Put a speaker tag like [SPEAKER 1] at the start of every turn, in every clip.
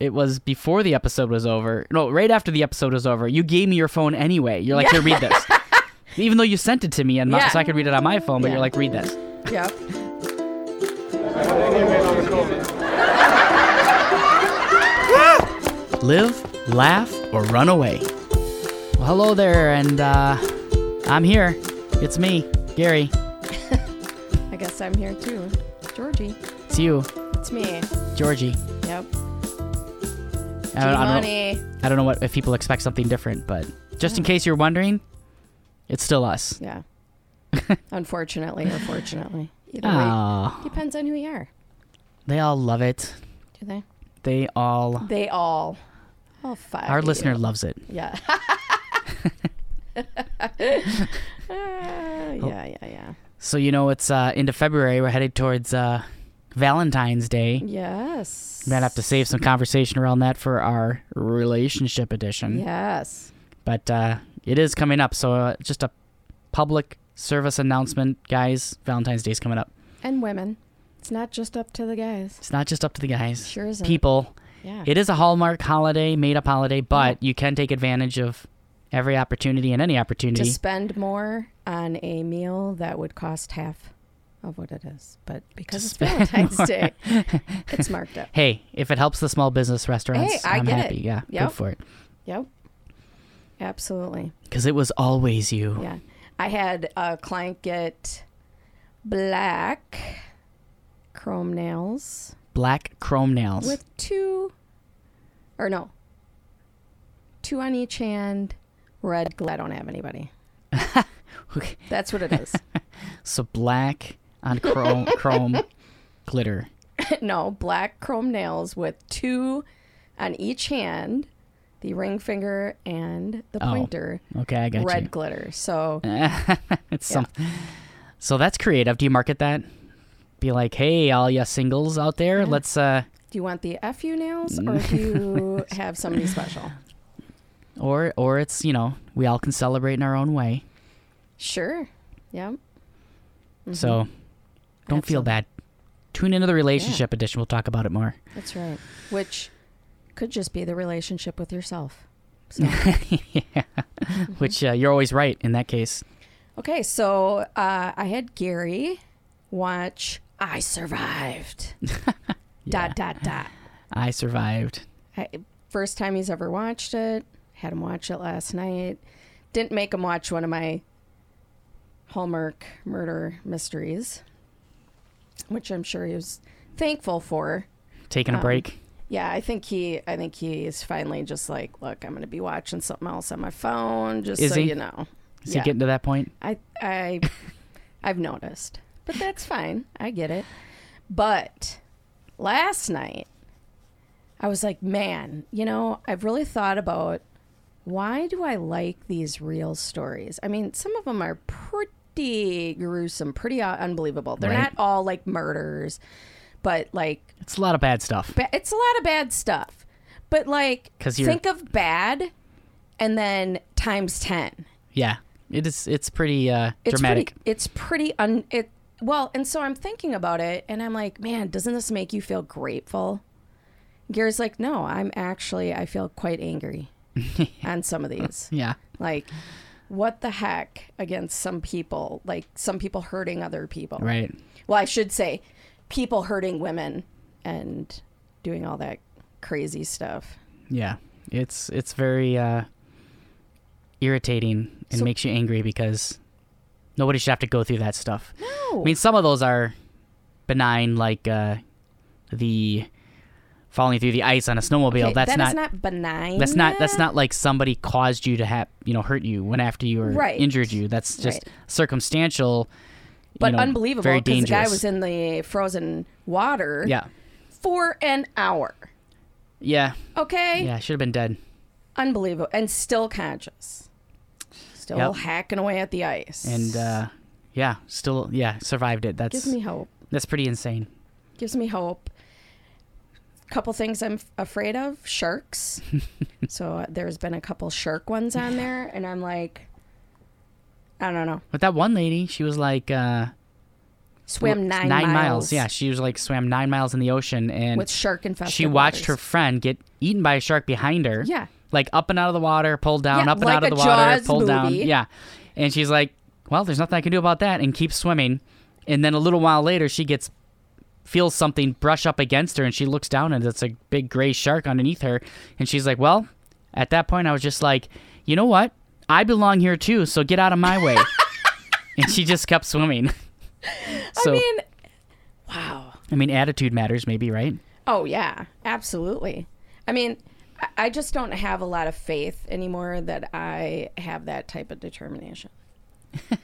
[SPEAKER 1] it was before the episode was over. No, right after the episode was over, you gave me your phone anyway. You're like, here, read this. Even though you sent it to me and my,
[SPEAKER 2] Yeah.
[SPEAKER 1] so I could read it on my phone, but
[SPEAKER 2] Yeah.
[SPEAKER 1] you're like, read this.
[SPEAKER 2] Yeah.
[SPEAKER 1] Live, laugh, or run away. Well, hello there, and uh, I'm here. It's me, Gary.
[SPEAKER 2] I guess I'm here too. Georgie.
[SPEAKER 1] It's you,
[SPEAKER 2] It's me.
[SPEAKER 1] Georgie.
[SPEAKER 2] Yep.
[SPEAKER 1] I don't, I, don't know,
[SPEAKER 2] money.
[SPEAKER 1] I don't know what if people expect something different, but just in case you're wondering, it's still us.
[SPEAKER 2] Yeah. Unfortunately or fortunately. Either
[SPEAKER 1] Ah,
[SPEAKER 2] way. Depends on who you are.
[SPEAKER 1] they all love it.
[SPEAKER 2] Do they?
[SPEAKER 1] They all.
[SPEAKER 2] They all. All five.
[SPEAKER 1] Our
[SPEAKER 2] of you.
[SPEAKER 1] listener loves it.
[SPEAKER 2] Yeah. Ah, yeah, yeah, yeah.
[SPEAKER 1] So you know it's uh, into February. We're headed towards uh, Valentine's Day.
[SPEAKER 2] Yes.
[SPEAKER 1] Might have to save some conversation around that for our relationship edition.
[SPEAKER 2] Yes.
[SPEAKER 1] But uh, it is coming up. So uh, just a public service announcement, guys. Valentine's Day's coming up.
[SPEAKER 2] And women. It's not just up to the guys.
[SPEAKER 1] It's not just up to the guys.
[SPEAKER 2] Sure isn't.
[SPEAKER 1] People.
[SPEAKER 2] Yeah.
[SPEAKER 1] It is a Hallmark holiday, made up holiday, but you can take advantage of every opportunity and any opportunity.
[SPEAKER 2] to spend more on a meal that would cost half of what it is. But because it's
[SPEAKER 1] spend
[SPEAKER 2] Valentine's
[SPEAKER 1] more.
[SPEAKER 2] Day, it's marked up.
[SPEAKER 1] hey, if it helps the small business restaurants,
[SPEAKER 2] I
[SPEAKER 1] am
[SPEAKER 2] get it.
[SPEAKER 1] happy. Yeah,
[SPEAKER 2] Yep.
[SPEAKER 1] good for it.
[SPEAKER 2] Yep. Absolutely.
[SPEAKER 1] Because it was always you.
[SPEAKER 2] Yeah. I had a client get black chrome nails
[SPEAKER 1] Black chrome nails.
[SPEAKER 2] with two, or no, two on each hand, red. gla- I don't have anybody.
[SPEAKER 1] Okay.
[SPEAKER 2] That's what it is.
[SPEAKER 1] So black on chrome chrome glitter.
[SPEAKER 2] no, black chrome nails with two on each hand, the ring finger and the
[SPEAKER 1] Oh,
[SPEAKER 2] pointer,
[SPEAKER 1] Okay, I got
[SPEAKER 2] red
[SPEAKER 1] you.
[SPEAKER 2] glitter. So
[SPEAKER 1] It's some. So that's creative. Do you market that? Be like, hey, all you singles out there, let's. uh
[SPEAKER 2] do you want the FU nails or do you have somebody special?
[SPEAKER 1] Or or it's you know we all can celebrate in our own way.
[SPEAKER 2] Sure. Yep.
[SPEAKER 1] So don't feel
[SPEAKER 2] Mm-hmm. Absolutely.
[SPEAKER 1] bad. Tune into the relationship edition. We'll talk about it more.
[SPEAKER 2] That's right. Which could just be the relationship with yourself. So, Mm-hmm.
[SPEAKER 1] Which uh, you're always right in that case.
[SPEAKER 2] okay, so uh, I had Gary watch I Survived. Dot, dot, dot.
[SPEAKER 1] I survived.
[SPEAKER 2] I, first time he's ever watched it. Had him watch it last night. Didn't make him watch one of my Hallmark murder mysteries, which I'm sure he was thankful for.
[SPEAKER 1] Taking
[SPEAKER 2] Um,
[SPEAKER 1] a break.
[SPEAKER 2] Yeah, I think he I think he's finally just like, look, I'm gonna be watching something else on my phone, just
[SPEAKER 1] Is
[SPEAKER 2] so
[SPEAKER 1] he?
[SPEAKER 2] you know.
[SPEAKER 1] Is
[SPEAKER 2] yeah.
[SPEAKER 1] he getting to that point?
[SPEAKER 2] I I I've noticed. But that's fine. I get it. But last night I was like, man, you know, I've really thought about why do I like these real stories? I mean, some of them are pretty gruesome, pretty uh, unbelievable. They're
[SPEAKER 1] Right.
[SPEAKER 2] not all like murders, but like
[SPEAKER 1] It's a lot of bad stuff.
[SPEAKER 2] ba- it's a lot of bad stuff. But like
[SPEAKER 1] 'Cause you're-
[SPEAKER 2] think of bad and then times 10.
[SPEAKER 1] Yeah, it is. It's pretty uh,
[SPEAKER 2] It's
[SPEAKER 1] dramatic.
[SPEAKER 2] pretty it's pretty un it well, and so I'm thinking about it and I'm like, man, doesn't this make you feel grateful? Gary's like, "No, I'm actually I feel quite angry on some of these."
[SPEAKER 1] yeah.
[SPEAKER 2] Like what the heck against some people, like some people hurting other people.
[SPEAKER 1] Right.
[SPEAKER 2] Well, I should say people hurting women and doing all that crazy stuff.
[SPEAKER 1] Yeah, it's it's very uh, irritating and
[SPEAKER 2] So-
[SPEAKER 1] makes you angry because nobody should have to go through that stuff.
[SPEAKER 2] No.
[SPEAKER 1] I mean, some of those are benign, like uh, the falling through the ice on a snowmobile.
[SPEAKER 2] Okay,
[SPEAKER 1] that's
[SPEAKER 2] that
[SPEAKER 1] not,
[SPEAKER 2] is not benign.
[SPEAKER 1] that's not that's not like somebody caused you to have you know hurt you when after you were
[SPEAKER 2] Right.
[SPEAKER 1] injured you. That's just
[SPEAKER 2] Right.
[SPEAKER 1] circumstantial, you
[SPEAKER 2] but
[SPEAKER 1] know,
[SPEAKER 2] unbelievable
[SPEAKER 1] very
[SPEAKER 2] the
[SPEAKER 1] dangerous.
[SPEAKER 2] guy was in the frozen water
[SPEAKER 1] yeah,
[SPEAKER 2] for an hour.
[SPEAKER 1] yeah,
[SPEAKER 2] Okay?
[SPEAKER 1] yeah. Should have been dead.
[SPEAKER 2] Unbelievable and still conscious. Still
[SPEAKER 1] Yep.
[SPEAKER 2] hacking away at the ice.
[SPEAKER 1] and uh, yeah, still yeah, survived it. That's
[SPEAKER 2] gives me hope.
[SPEAKER 1] that's pretty insane.
[SPEAKER 2] Gives me hope. Couple things I'm f- afraid of, sharks. so uh, there's been a couple shark ones on there and I'm like I don't know.
[SPEAKER 1] But that one lady, she was like, uh,
[SPEAKER 2] swam
[SPEAKER 1] Well,
[SPEAKER 2] nine,
[SPEAKER 1] miles. Yeah, she was like swam nine miles in the ocean, and
[SPEAKER 2] with shark infested.
[SPEAKER 1] she watched her
[SPEAKER 2] waters.
[SPEAKER 1] friend get eaten by a shark behind her.
[SPEAKER 2] Yeah.
[SPEAKER 1] like up and out of the water, pulled down,
[SPEAKER 2] Yeah,
[SPEAKER 1] up and
[SPEAKER 2] like
[SPEAKER 1] out of
[SPEAKER 2] a
[SPEAKER 1] the water,
[SPEAKER 2] Jaws
[SPEAKER 1] pulled down.
[SPEAKER 2] movie.
[SPEAKER 1] Yeah, and she's like, "Well, there's nothing I can do about that," and keeps swimming. And then a little while later, she gets feels something brush up against her, and she looks down, and it's a big gray shark underneath her. And she's like, "Well, at that point, I was just like, you know what? I belong here too, so get out of my way." and she just kept swimming. so
[SPEAKER 2] I mean, wow.
[SPEAKER 1] I mean, attitude matters, maybe, right?
[SPEAKER 2] Oh yeah, absolutely. I mean, I- I just don't have a lot of faith anymore that I have that type of determination.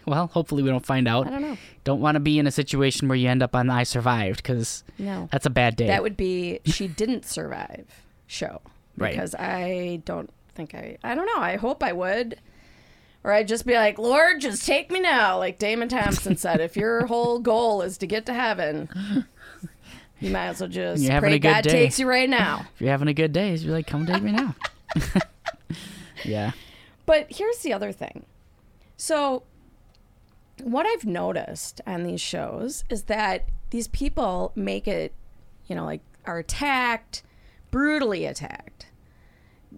[SPEAKER 1] Well, hopefully we don't find out.
[SPEAKER 2] I don't know.
[SPEAKER 1] Don't want to be in a situation where you end up on I survived because
[SPEAKER 2] No.
[SPEAKER 1] that's a bad day.
[SPEAKER 2] That would be she didn't survive show.
[SPEAKER 1] Right.
[SPEAKER 2] Because I don't think I I don't know. I hope I would. Or I'd just be like, Lord, just take me now, like Damon Thompson said. if your whole goal is to get to heaven, you might as well just
[SPEAKER 1] You're having
[SPEAKER 2] pray
[SPEAKER 1] a good
[SPEAKER 2] God
[SPEAKER 1] day.
[SPEAKER 2] takes you right now.
[SPEAKER 1] if you're having a good day, you'd be like, come take me now. yeah.
[SPEAKER 2] But here's the other thing. So, what I've noticed on these shows is that these people make it, you know, like are attacked, brutally attacked.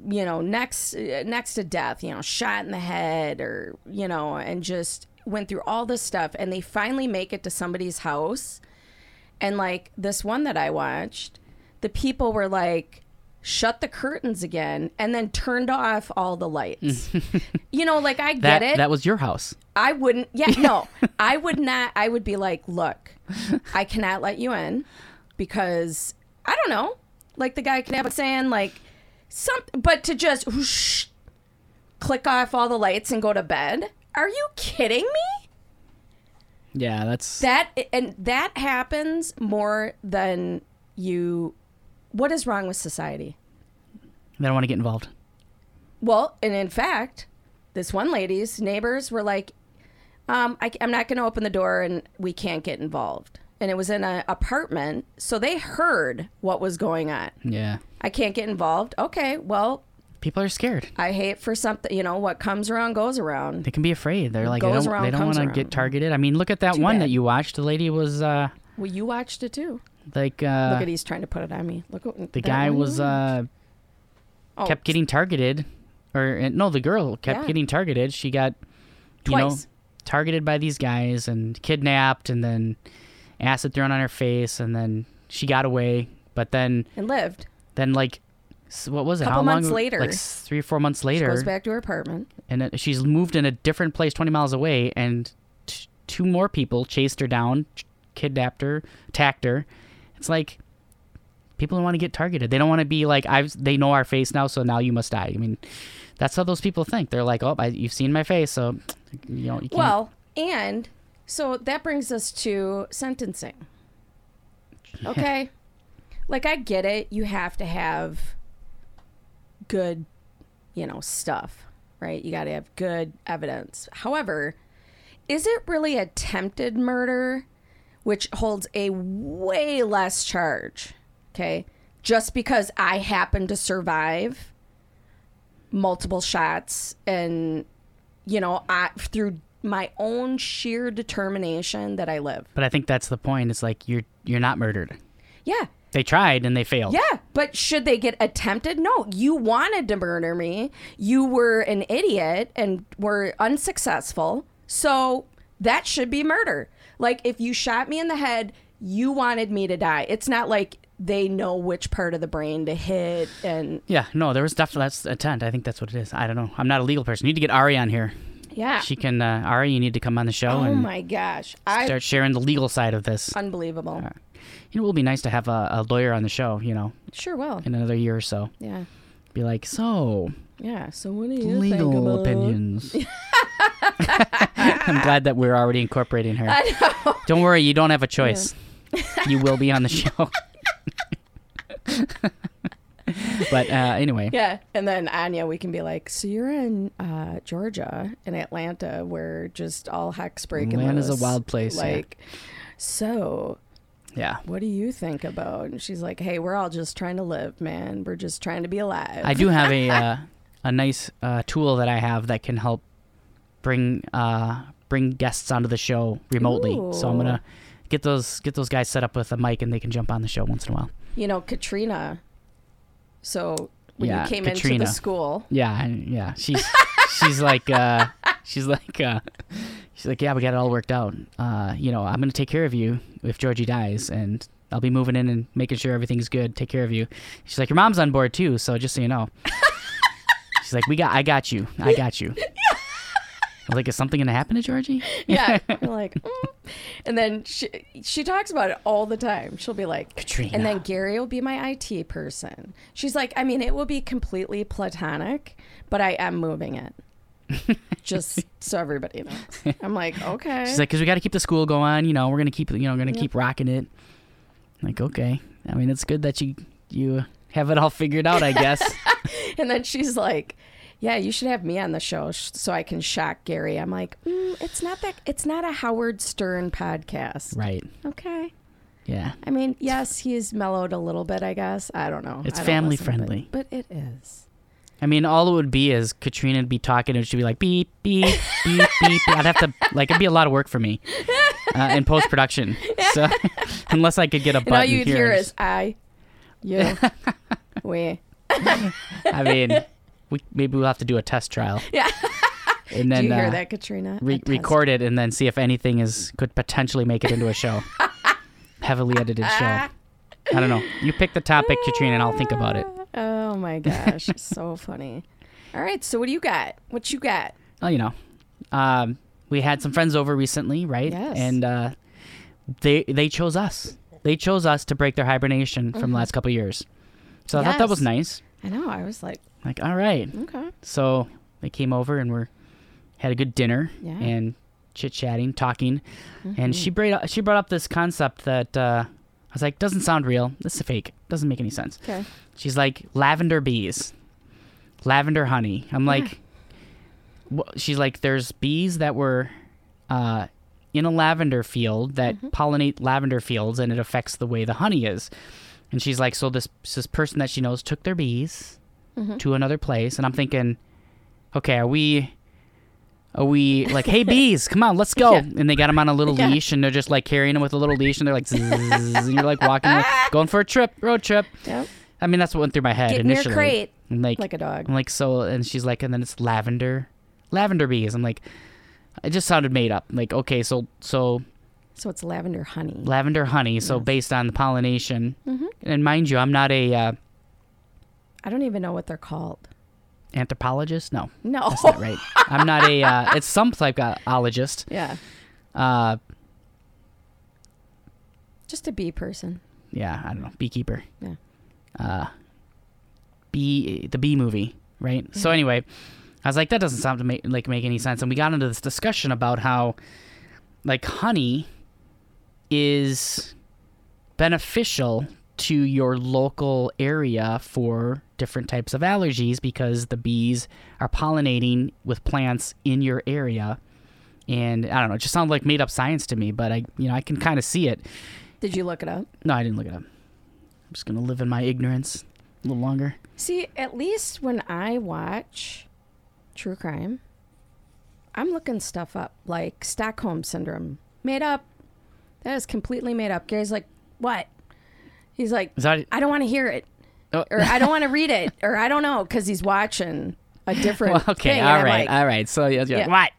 [SPEAKER 2] You know, next uh, next to death, you know, shot in the head or, you know, and just went through all this stuff and they finally make it to somebody's house. And like this one that I watched, the people were like shut the curtains again and then turned off all the lights. you know, like I
[SPEAKER 1] That
[SPEAKER 2] get it.
[SPEAKER 1] that was your house.
[SPEAKER 2] I wouldn't. Yeah, no, I would not. I would be like, look, I cannot let you in because I don't know. Like the guy could have a saying like something, but to just whoosh, click off all the lights and go to bed. Are you kidding me?
[SPEAKER 1] Yeah, that's
[SPEAKER 2] That and that happens more than you. What is wrong with society?
[SPEAKER 1] they don't want to get involved.
[SPEAKER 2] Well, and in fact, this one lady's neighbors were like, um, I, am not going to open the door and we can't get involved. And it was in an apartment. So they heard what was going on.
[SPEAKER 1] Yeah.
[SPEAKER 2] I can't get involved. Okay, well,
[SPEAKER 1] People are scared.
[SPEAKER 2] I hate for something, you know, what comes around goes around.
[SPEAKER 1] They can be afraid. They're like they
[SPEAKER 2] goes
[SPEAKER 1] don't,
[SPEAKER 2] around
[SPEAKER 1] they don't want
[SPEAKER 2] comes
[SPEAKER 1] to
[SPEAKER 2] around.
[SPEAKER 1] get targeted. I mean, look at that one
[SPEAKER 2] bad.
[SPEAKER 1] that you watched. The lady was uh
[SPEAKER 2] Well, you watched it too.
[SPEAKER 1] like uh
[SPEAKER 2] Look at he's trying to put it on me. Look what
[SPEAKER 1] the guy was uh
[SPEAKER 2] oh,
[SPEAKER 1] kept getting targeted or and- no the girl kept
[SPEAKER 2] Yeah.
[SPEAKER 1] getting targeted she got you know
[SPEAKER 2] Twice.
[SPEAKER 1] targeted by these guys and kidnapped and then acid thrown on her face and then she got away but then
[SPEAKER 2] and lived.
[SPEAKER 1] then like s- what was it
[SPEAKER 2] Couple
[SPEAKER 1] how long
[SPEAKER 2] months later.
[SPEAKER 1] like s- three or four months
[SPEAKER 2] Goes
[SPEAKER 1] later
[SPEAKER 2] back to her apartment.
[SPEAKER 1] and it- she's moved in a different place 20 miles away and t- two more people chased her down ch- kidnapped her attacked her it's like people don't want to get targeted they don't want to be like i've they know our face now so now you must die i mean that's how those people think they're like oh I, you've seen my face so you know you can't
[SPEAKER 2] Well, and so that brings us to sentencing. Okay. like I get it, you have to have good, you know, stuff, right? You got to have good evidence. However, is it really attempted murder which holds a way less charge, okay? Just because I happen to survive multiple shots and you know, I through my own sheer determination that I live.
[SPEAKER 1] but i think that's the point it's like you're you're not murdered
[SPEAKER 2] Yeah.
[SPEAKER 1] they tried and they failed
[SPEAKER 2] Yeah, but should they get attempted? No, you wanted to murder me. You were an idiot and were unsuccessful. So that should be murder. Like if you shot me in the head, you wanted me to die. It's not like they know which part of the brain to hit and
[SPEAKER 1] Yeah, no, there was definitely that's intent. I think that's what it is. I don't know. I'm not a legal person. You need to get Ari on here.
[SPEAKER 2] yeah.
[SPEAKER 1] She can uh, Ari, you need to come on the show
[SPEAKER 2] oh
[SPEAKER 1] and
[SPEAKER 2] my gosh. I
[SPEAKER 1] start sharing the legal side of this.
[SPEAKER 2] unbelievable.
[SPEAKER 1] You know, it will be nice to have a, a lawyer on the show, you know,
[SPEAKER 2] Sure will.
[SPEAKER 1] in another year or so.
[SPEAKER 2] Yeah.
[SPEAKER 1] Be like, so,
[SPEAKER 2] Yeah. So what do you think
[SPEAKER 1] legal
[SPEAKER 2] about
[SPEAKER 1] opinions. I'm glad that we're already incorporating her. Don't worry, you don't have a choice. you will be on the show. but uh, anyway,
[SPEAKER 2] Yeah, and then Anya, we can be like, so you're in uh, Georgia, in Atlanta, where just all heck's breaking
[SPEAKER 1] Atlanta's a
[SPEAKER 2] loose.
[SPEAKER 1] wild place, yeah.
[SPEAKER 2] Like, so
[SPEAKER 1] yeah.
[SPEAKER 2] what do you think about? And she's like, hey, we're all just trying to live, man. We're just trying to be alive.
[SPEAKER 1] I do have a uh, a nice uh, tool that I have that can help bring uh, bring guests onto the show remotely. So I'm
[SPEAKER 2] Ooh.
[SPEAKER 1] gonna get those get those guys set up with a mic and they can jump on the show once in a while.
[SPEAKER 2] You know, Katrina. So when
[SPEAKER 1] Yeah,
[SPEAKER 2] you came into
[SPEAKER 1] Katrina.
[SPEAKER 2] the school,
[SPEAKER 1] Yeah, I- yeah. She's she's like uh she's like uh she's like, Yeah, we got it all worked out. Uh, you know, I'm gonna take care of you if Georgie dies and I'll be moving in and making sure everything's good, take care of you. She's like, Your mom's on board too, so just so you know. she's like, We got I got you. I got you. I'm like, is something gonna happen to Georgie?
[SPEAKER 2] yeah, you're like, mm. and then she she talks about it all the time. She'll be like,
[SPEAKER 1] Katrina.
[SPEAKER 2] and then Gary will be my IT person. She's like, I mean, it will be completely platonic, but I am moving it, just so everybody knows. I'm like, okay.
[SPEAKER 1] She's like, because we got to keep the school going. You know, we're gonna keep, you know, gonna keep rocking it. I'm like, okay. I mean, it's good that you you have it all figured out, I guess.
[SPEAKER 2] and then she's like. Yeah, you should have me on the show sh- so I can shock Gary. I'm like, mm, it's not that. It's not a Howard Stern podcast.
[SPEAKER 1] right?
[SPEAKER 2] Okay.
[SPEAKER 1] Yeah.
[SPEAKER 2] I mean, yes, he is mellowed a little bit, I guess. I don't know.
[SPEAKER 1] It's
[SPEAKER 2] I don't
[SPEAKER 1] family
[SPEAKER 2] listen, but-
[SPEAKER 1] friendly.
[SPEAKER 2] But, it is.
[SPEAKER 1] I mean, all it would be is Katrina'd be talking and she'd be like, beep beep beep beep. beep. I'd have to like it'd be a lot of work for me uh, in post production. So unless I could get a
[SPEAKER 2] And all
[SPEAKER 1] button
[SPEAKER 2] you'd
[SPEAKER 1] here,
[SPEAKER 2] hear
[SPEAKER 1] and
[SPEAKER 2] is I, you, we.
[SPEAKER 1] just- I mean, we maybe we'll have to do a test trial.
[SPEAKER 2] Yeah.
[SPEAKER 1] And
[SPEAKER 2] Do
[SPEAKER 1] then
[SPEAKER 2] you hear
[SPEAKER 1] uh,
[SPEAKER 2] that, Katrina? A
[SPEAKER 1] re-
[SPEAKER 2] test.
[SPEAKER 1] record it and then see if anything is could potentially make it into a show. Heavily edited show. I don't know. You pick the topic, Katrina, and I'll think about it.
[SPEAKER 2] Oh my gosh, so funny. All right, so what do you got? What you got?
[SPEAKER 1] Oh, you know, um, we had some friends over recently, right?
[SPEAKER 2] Yes.
[SPEAKER 1] And uh, they they chose us. They chose us to break their hibernation from the last couple of years. So I thought that was
[SPEAKER 2] Mm-hmm.
[SPEAKER 1] nice.
[SPEAKER 2] Yes. I know. I was like,
[SPEAKER 1] Like, all right.
[SPEAKER 2] okay,
[SPEAKER 1] So they came over and we're had a good dinner
[SPEAKER 2] Yeah.
[SPEAKER 1] and chit chatting, talking,
[SPEAKER 2] Mm-hmm.
[SPEAKER 1] and she brought she brought up this concept that uh, I was like, doesn't sound real. This is fake. Doesn't make any sense.
[SPEAKER 2] okay.
[SPEAKER 1] She's like lavender bees, lavender honey. I'm like, wh- she's like, there's bees that were uh, in a lavender field that
[SPEAKER 2] Mm-hmm.
[SPEAKER 1] pollinate lavender fields, and it affects the way the honey is. And she's like, so this this person that she knows took their bees
[SPEAKER 2] Mm-hmm.
[SPEAKER 1] to another place, and I'm thinking, okay, are we? Are we like, hey bees, come on, let's go?
[SPEAKER 2] Yeah.
[SPEAKER 1] And they got them on a little
[SPEAKER 2] Yeah.
[SPEAKER 1] leash, and they're just like carrying them with a little leash, and they're like, zzzz, and you're like walking, going for a trip, road trip.
[SPEAKER 2] Yep.
[SPEAKER 1] I mean, that's what went through my head
[SPEAKER 2] Get in your
[SPEAKER 1] initially.
[SPEAKER 2] crate
[SPEAKER 1] I'm like,
[SPEAKER 2] like a dog.
[SPEAKER 1] I'm like, so, and she's like, and then it's lavender, lavender bees. I'm like, it just sounded made up. I'm like, okay, so, so
[SPEAKER 2] So it's lavender honey.
[SPEAKER 1] lavender honey. So based on the pollination,
[SPEAKER 2] Mm-hmm.
[SPEAKER 1] and mind you, I'm not a uh,
[SPEAKER 2] I don't even know what they're called.
[SPEAKER 1] anthropologist. No,
[SPEAKER 2] No.
[SPEAKER 1] that's not right. I'm not a. Uh, it's some type of ologist.
[SPEAKER 2] Yeah.
[SPEAKER 1] Uh,
[SPEAKER 2] Just a bee person.
[SPEAKER 1] yeah, I don't know, beekeeper.
[SPEAKER 2] Yeah.
[SPEAKER 1] Uh, bee, the bee movie, right? So anyway, I was like, that doesn't sound to make like make any sense, and we got into this discussion about how, like, honey is beneficial to your local area for different types of allergies because the bees are pollinating with plants in your area. And I don't know, it just sounded like made up science to me, but I, you know, I can kind of see it.
[SPEAKER 2] Did you look it up?
[SPEAKER 1] No, I didn't look it up. I'm just gonna live in my ignorance a little longer.
[SPEAKER 2] See, at least when I watch true crime, I'm looking stuff up like Stockholm syndrome. Made up. That is completely made up. Gary's like, "What?" He's like,
[SPEAKER 1] Is that?
[SPEAKER 2] "I don't want to hear it."
[SPEAKER 1] Oh.
[SPEAKER 2] Or I don't want to read it, or I don't know, because he's watching a different.
[SPEAKER 1] Well, okay,
[SPEAKER 2] thing,
[SPEAKER 1] all
[SPEAKER 2] and I'm
[SPEAKER 1] right,
[SPEAKER 2] like,
[SPEAKER 1] all right. So yeah, yeah.
[SPEAKER 2] Yeah.
[SPEAKER 1] what?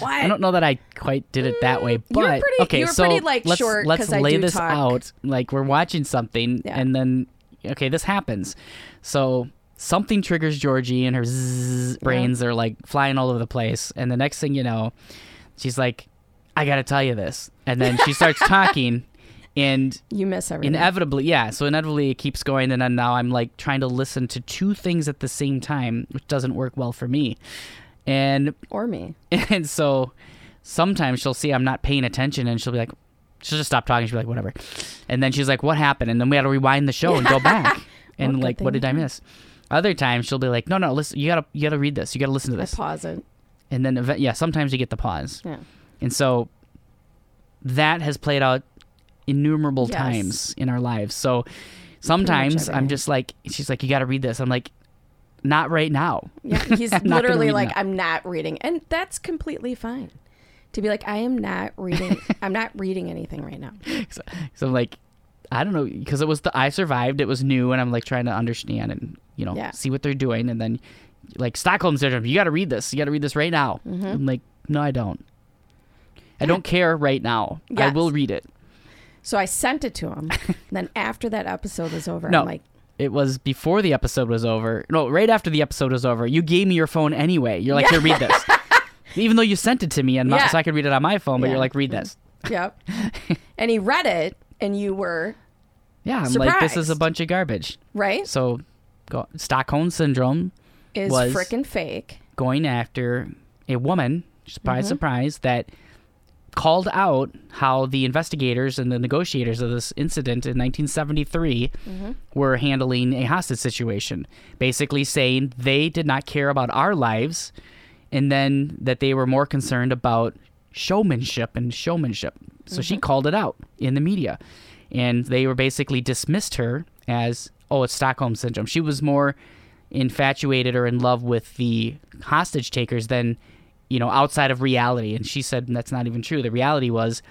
[SPEAKER 2] What?
[SPEAKER 1] I don't know that I quite did it that way, but
[SPEAKER 2] were pretty-
[SPEAKER 1] okay.
[SPEAKER 2] you were
[SPEAKER 1] so
[SPEAKER 2] pretty, like,
[SPEAKER 1] let's
[SPEAKER 2] short
[SPEAKER 1] let's
[SPEAKER 2] 'cause I
[SPEAKER 1] lay
[SPEAKER 2] do
[SPEAKER 1] this
[SPEAKER 2] talk.
[SPEAKER 1] out. Like we're watching something,
[SPEAKER 2] Yeah.
[SPEAKER 1] and then okay, this happens. So something triggers Georgie, and her zzz brains are like flying all over the place. And the next thing you know, she's like, "I gotta tell you this," and then she starts talking, and
[SPEAKER 2] You miss everything.
[SPEAKER 1] inevitably yeah so inevitably it keeps going and then now i'm like trying to listen to two things at the same time which doesn't work well for me and
[SPEAKER 2] or me.
[SPEAKER 1] and so sometimes she'll see i'm not paying attention and she'll be like she'll just stop talking she'll be like whatever and then she's like what happened and then we had to rewind the show and go back and
[SPEAKER 2] Well, good
[SPEAKER 1] like what
[SPEAKER 2] thing
[SPEAKER 1] did i miss other times she'll be like no no listen you gotta you gotta read this you gotta listen to
[SPEAKER 2] I
[SPEAKER 1] this
[SPEAKER 2] pause it.
[SPEAKER 1] and then event- yeah sometimes you get the pause
[SPEAKER 2] Yeah.
[SPEAKER 1] and so that has played out innumerable
[SPEAKER 2] Yes.
[SPEAKER 1] times in our lives. So sometimes I'm
[SPEAKER 2] everything.
[SPEAKER 1] just like, she's like, you got to read this. I'm like, not right now.
[SPEAKER 2] Yeah, he's
[SPEAKER 1] not gonna
[SPEAKER 2] literally
[SPEAKER 1] read
[SPEAKER 2] like,
[SPEAKER 1] now.
[SPEAKER 2] I'm not reading. And that's completely fine. to be like, I am not reading. I'm not reading anything right now.
[SPEAKER 1] So, so I'm like, I don't know, because it was the I survived. It was new, and I'm like trying to understand and you know
[SPEAKER 2] Yeah.
[SPEAKER 1] see what they're doing, and then like Stockholm syndrome. You got to read this. You got to read this right now.
[SPEAKER 2] Mm-hmm.
[SPEAKER 1] I'm like, no, I don't. I don't care right now. I
[SPEAKER 2] Yes.
[SPEAKER 1] will read it.
[SPEAKER 2] So I sent it to him. and then after that episode was over,
[SPEAKER 1] No.
[SPEAKER 2] I'm like,
[SPEAKER 1] It was before the episode was over. No, right after the episode was over, you gave me your phone anyway. You're like, here, read this. Even though you sent it to me and my-
[SPEAKER 2] Yeah.
[SPEAKER 1] so I could read it on my phone, but
[SPEAKER 2] Yeah.
[SPEAKER 1] you're like, read this.
[SPEAKER 2] Yep. and he read it, and you were
[SPEAKER 1] Yeah, I'm like, this is a
[SPEAKER 2] Surprised.
[SPEAKER 1] bunch of garbage.
[SPEAKER 2] right.
[SPEAKER 1] So, go, Stockholm syndrome
[SPEAKER 2] Is
[SPEAKER 1] was-
[SPEAKER 2] frickin' fake.
[SPEAKER 1] going after a woman, surprise,
[SPEAKER 2] Mm-hmm.
[SPEAKER 1] surprise, that called out how the investigators and the negotiators of this incident in 1973 were handling a hostage situation. Basically, saying they did not care about our lives and then that they were more concerned about showmanship and showmanship. So she called it out in the media. And they were basically dismissed her as, oh, it's Stockholm syndrome. She was more infatuated or in love with the hostage takers than, you know, outside of reality. And she said that's not even true. The reality was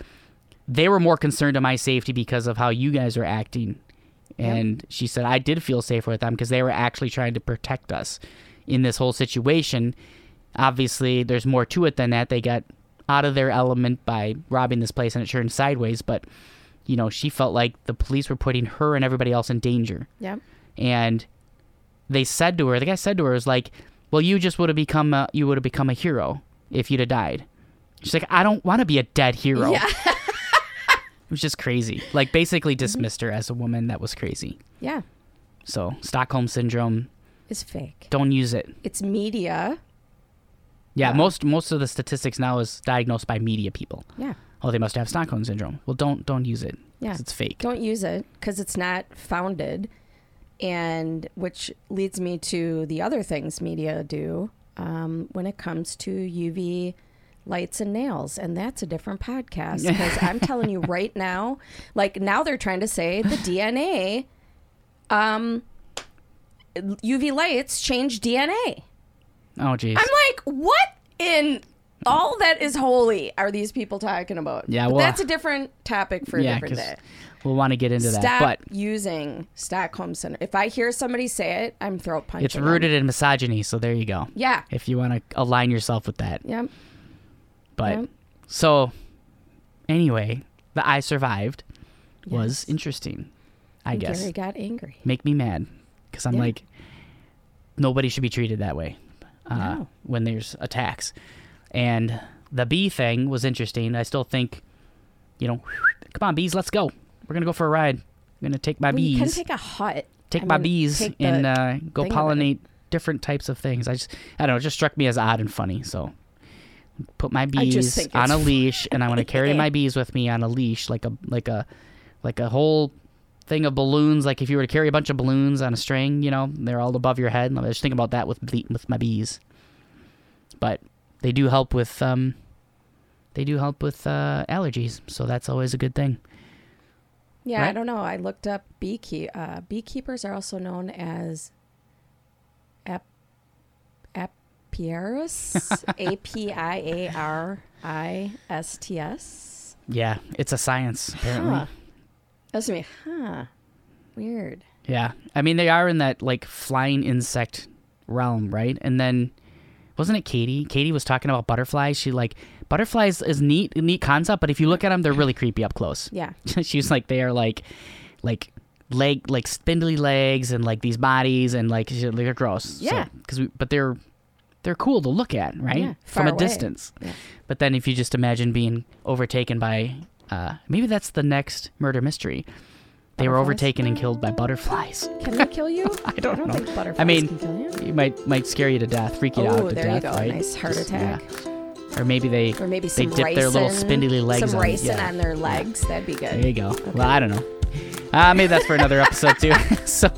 [SPEAKER 1] they were more concerned of my safety because of how you guys were acting. And she said, I did feel safer with them because they were actually trying to protect us in this whole situation. Obviously, there's more to it than that. They got out of their element by robbing this place and it turned sideways. But, you know, she felt like the police were putting her and everybody else in danger
[SPEAKER 2] Yep.
[SPEAKER 1] and they said to her the guy said to her was like well you just would have become a, you would have become a hero if you'd have died she's like i don't want to be a dead hero
[SPEAKER 2] Yeah.
[SPEAKER 1] it was just crazy like basically dismissed her as a woman that was crazy
[SPEAKER 2] Yeah.
[SPEAKER 1] so stockholm syndrome
[SPEAKER 2] It's fake.
[SPEAKER 1] don't use it
[SPEAKER 2] It's media.
[SPEAKER 1] yeah, most most of the statistics now is diagnosed by media people
[SPEAKER 2] Yeah.
[SPEAKER 1] oh they must have stockholm syndrome well don't don't use it 'cause
[SPEAKER 2] Yeah.
[SPEAKER 1] it's fake
[SPEAKER 2] Don't use it because it's not founded. And which leads me to the other things media do um, when it comes to UV lights and nails. And that's a different podcast because I'm telling you right now, like now they're trying to say the DNA, um, UV lights change DNA.
[SPEAKER 1] oh jeez
[SPEAKER 2] I'm like, what in all that is holy are these people talking about?
[SPEAKER 1] Yeah,
[SPEAKER 2] But
[SPEAKER 1] well-
[SPEAKER 2] that's a different topic for a
[SPEAKER 1] yeah
[SPEAKER 2] different
[SPEAKER 1] 'cause
[SPEAKER 2] day.
[SPEAKER 1] we'll want to get into that
[SPEAKER 2] Stop
[SPEAKER 1] but
[SPEAKER 2] using Stockholm syndrome. If I hear somebody say it, I'm throat punching.
[SPEAKER 1] it's
[SPEAKER 2] them.
[SPEAKER 1] rooted in misogyny so there you go
[SPEAKER 2] Yeah.
[SPEAKER 1] if you want to align yourself with that
[SPEAKER 2] Yep.
[SPEAKER 1] But
[SPEAKER 2] Yep.
[SPEAKER 1] so anyway, the I survived was
[SPEAKER 2] Yes.
[SPEAKER 1] interesting. I
[SPEAKER 2] And
[SPEAKER 1] guess
[SPEAKER 2] Gary got angry.
[SPEAKER 1] make me mad because I'm
[SPEAKER 2] Yeah.
[SPEAKER 1] like nobody should be treated that way uh,
[SPEAKER 2] No.
[SPEAKER 1] when there's attacks. And the bee thing was interesting. I still think, you know, come on bees, let's go. We're gonna go for a ride. I'm gonna take my
[SPEAKER 2] Well,
[SPEAKER 1] bees,
[SPEAKER 2] you can
[SPEAKER 1] take,
[SPEAKER 2] take a hut. I
[SPEAKER 1] my
[SPEAKER 2] mean,
[SPEAKER 1] bees,
[SPEAKER 2] take the-
[SPEAKER 1] and uh, go
[SPEAKER 2] thing of it.
[SPEAKER 1] pollinate different types of things. I just, I don't know, it just struck me as odd and funny. So put my
[SPEAKER 2] I just
[SPEAKER 1] bees
[SPEAKER 2] think
[SPEAKER 1] on
[SPEAKER 2] it's
[SPEAKER 1] a leash and I want to carry
[SPEAKER 2] Yeah.
[SPEAKER 1] my bees with me on a leash like a like a like a whole thing of balloons like if you were to carry a bunch of balloons on a string, you know, they're all above your head. And I was just thinking about that with the, with my bees. But they do help with um they do help with uh, allergies, so that's always a good thing.
[SPEAKER 2] yeah, I
[SPEAKER 1] right?
[SPEAKER 2] don't know. I looked up beekeep. Uh, beekeepers are also known as ap- apiarists. A P I A R I S T S.
[SPEAKER 1] Yeah, it's a science apparently.
[SPEAKER 2] Huh. That's me. Huh. Weird.
[SPEAKER 1] Yeah. I mean, they are in that like flying insect realm, right? And then wasn't it Katie? Katie was talking about butterflies. She like butterflies is neat a neat concept, but if you look at them, they're really creepy up close.
[SPEAKER 2] Yeah.
[SPEAKER 1] she was like they are like like leg like spindly legs and like these bodies and like she- they're gross.
[SPEAKER 2] Yeah.
[SPEAKER 1] Because we but they're they're cool to look at, right?
[SPEAKER 2] Yeah,
[SPEAKER 1] From
[SPEAKER 2] far
[SPEAKER 1] a
[SPEAKER 2] away.
[SPEAKER 1] distance.
[SPEAKER 2] Yeah.
[SPEAKER 1] But then if you just imagine being overtaken by uh, maybe that's the next murder mystery. They were
[SPEAKER 2] Butterflies?
[SPEAKER 1] overtaken and killed by butterflies.
[SPEAKER 2] Can they kill you? I
[SPEAKER 1] don't know.
[SPEAKER 2] think butterflies
[SPEAKER 1] I mean,
[SPEAKER 2] can kill you.
[SPEAKER 1] it might might scare you to death, freak you
[SPEAKER 2] Oh,
[SPEAKER 1] out to
[SPEAKER 2] there
[SPEAKER 1] death,
[SPEAKER 2] you go.
[SPEAKER 1] right?
[SPEAKER 2] Nice heart
[SPEAKER 1] Just-
[SPEAKER 2] attack.
[SPEAKER 1] yeah. Or maybe they
[SPEAKER 2] Or
[SPEAKER 1] they
[SPEAKER 2] maybe some
[SPEAKER 1] dip
[SPEAKER 2] ricin,
[SPEAKER 1] their little spindly legs
[SPEAKER 2] some
[SPEAKER 1] on, it.
[SPEAKER 2] ricin
[SPEAKER 1] yeah.
[SPEAKER 2] on their legs. That'd be
[SPEAKER 1] There you
[SPEAKER 2] good.
[SPEAKER 1] go. Well, I don't know. Uh, maybe that's for another episode too. so,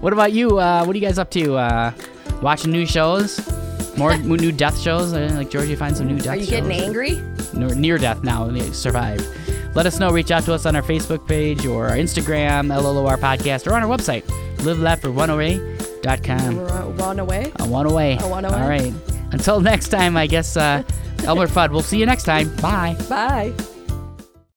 [SPEAKER 1] what about you? Uh, what are you guys up to? Uh, watching new shows? More mo- new death shows? Uh, like Georgie finds some new death
[SPEAKER 2] Are you getting
[SPEAKER 1] shows.
[SPEAKER 2] angry?
[SPEAKER 1] Near, near death now, and they survived. Let us know. Reach out to us on our Facebook page or our Instagram, LLOR Podcast, or on our website, oh livelaughforone.com. Um,
[SPEAKER 2] Run away?
[SPEAKER 1] A one oh away.
[SPEAKER 2] A one oh away.
[SPEAKER 1] All right. Until next time, I guess uh, Elmer Fudd. We'll see you next time. Bye.
[SPEAKER 2] Bye.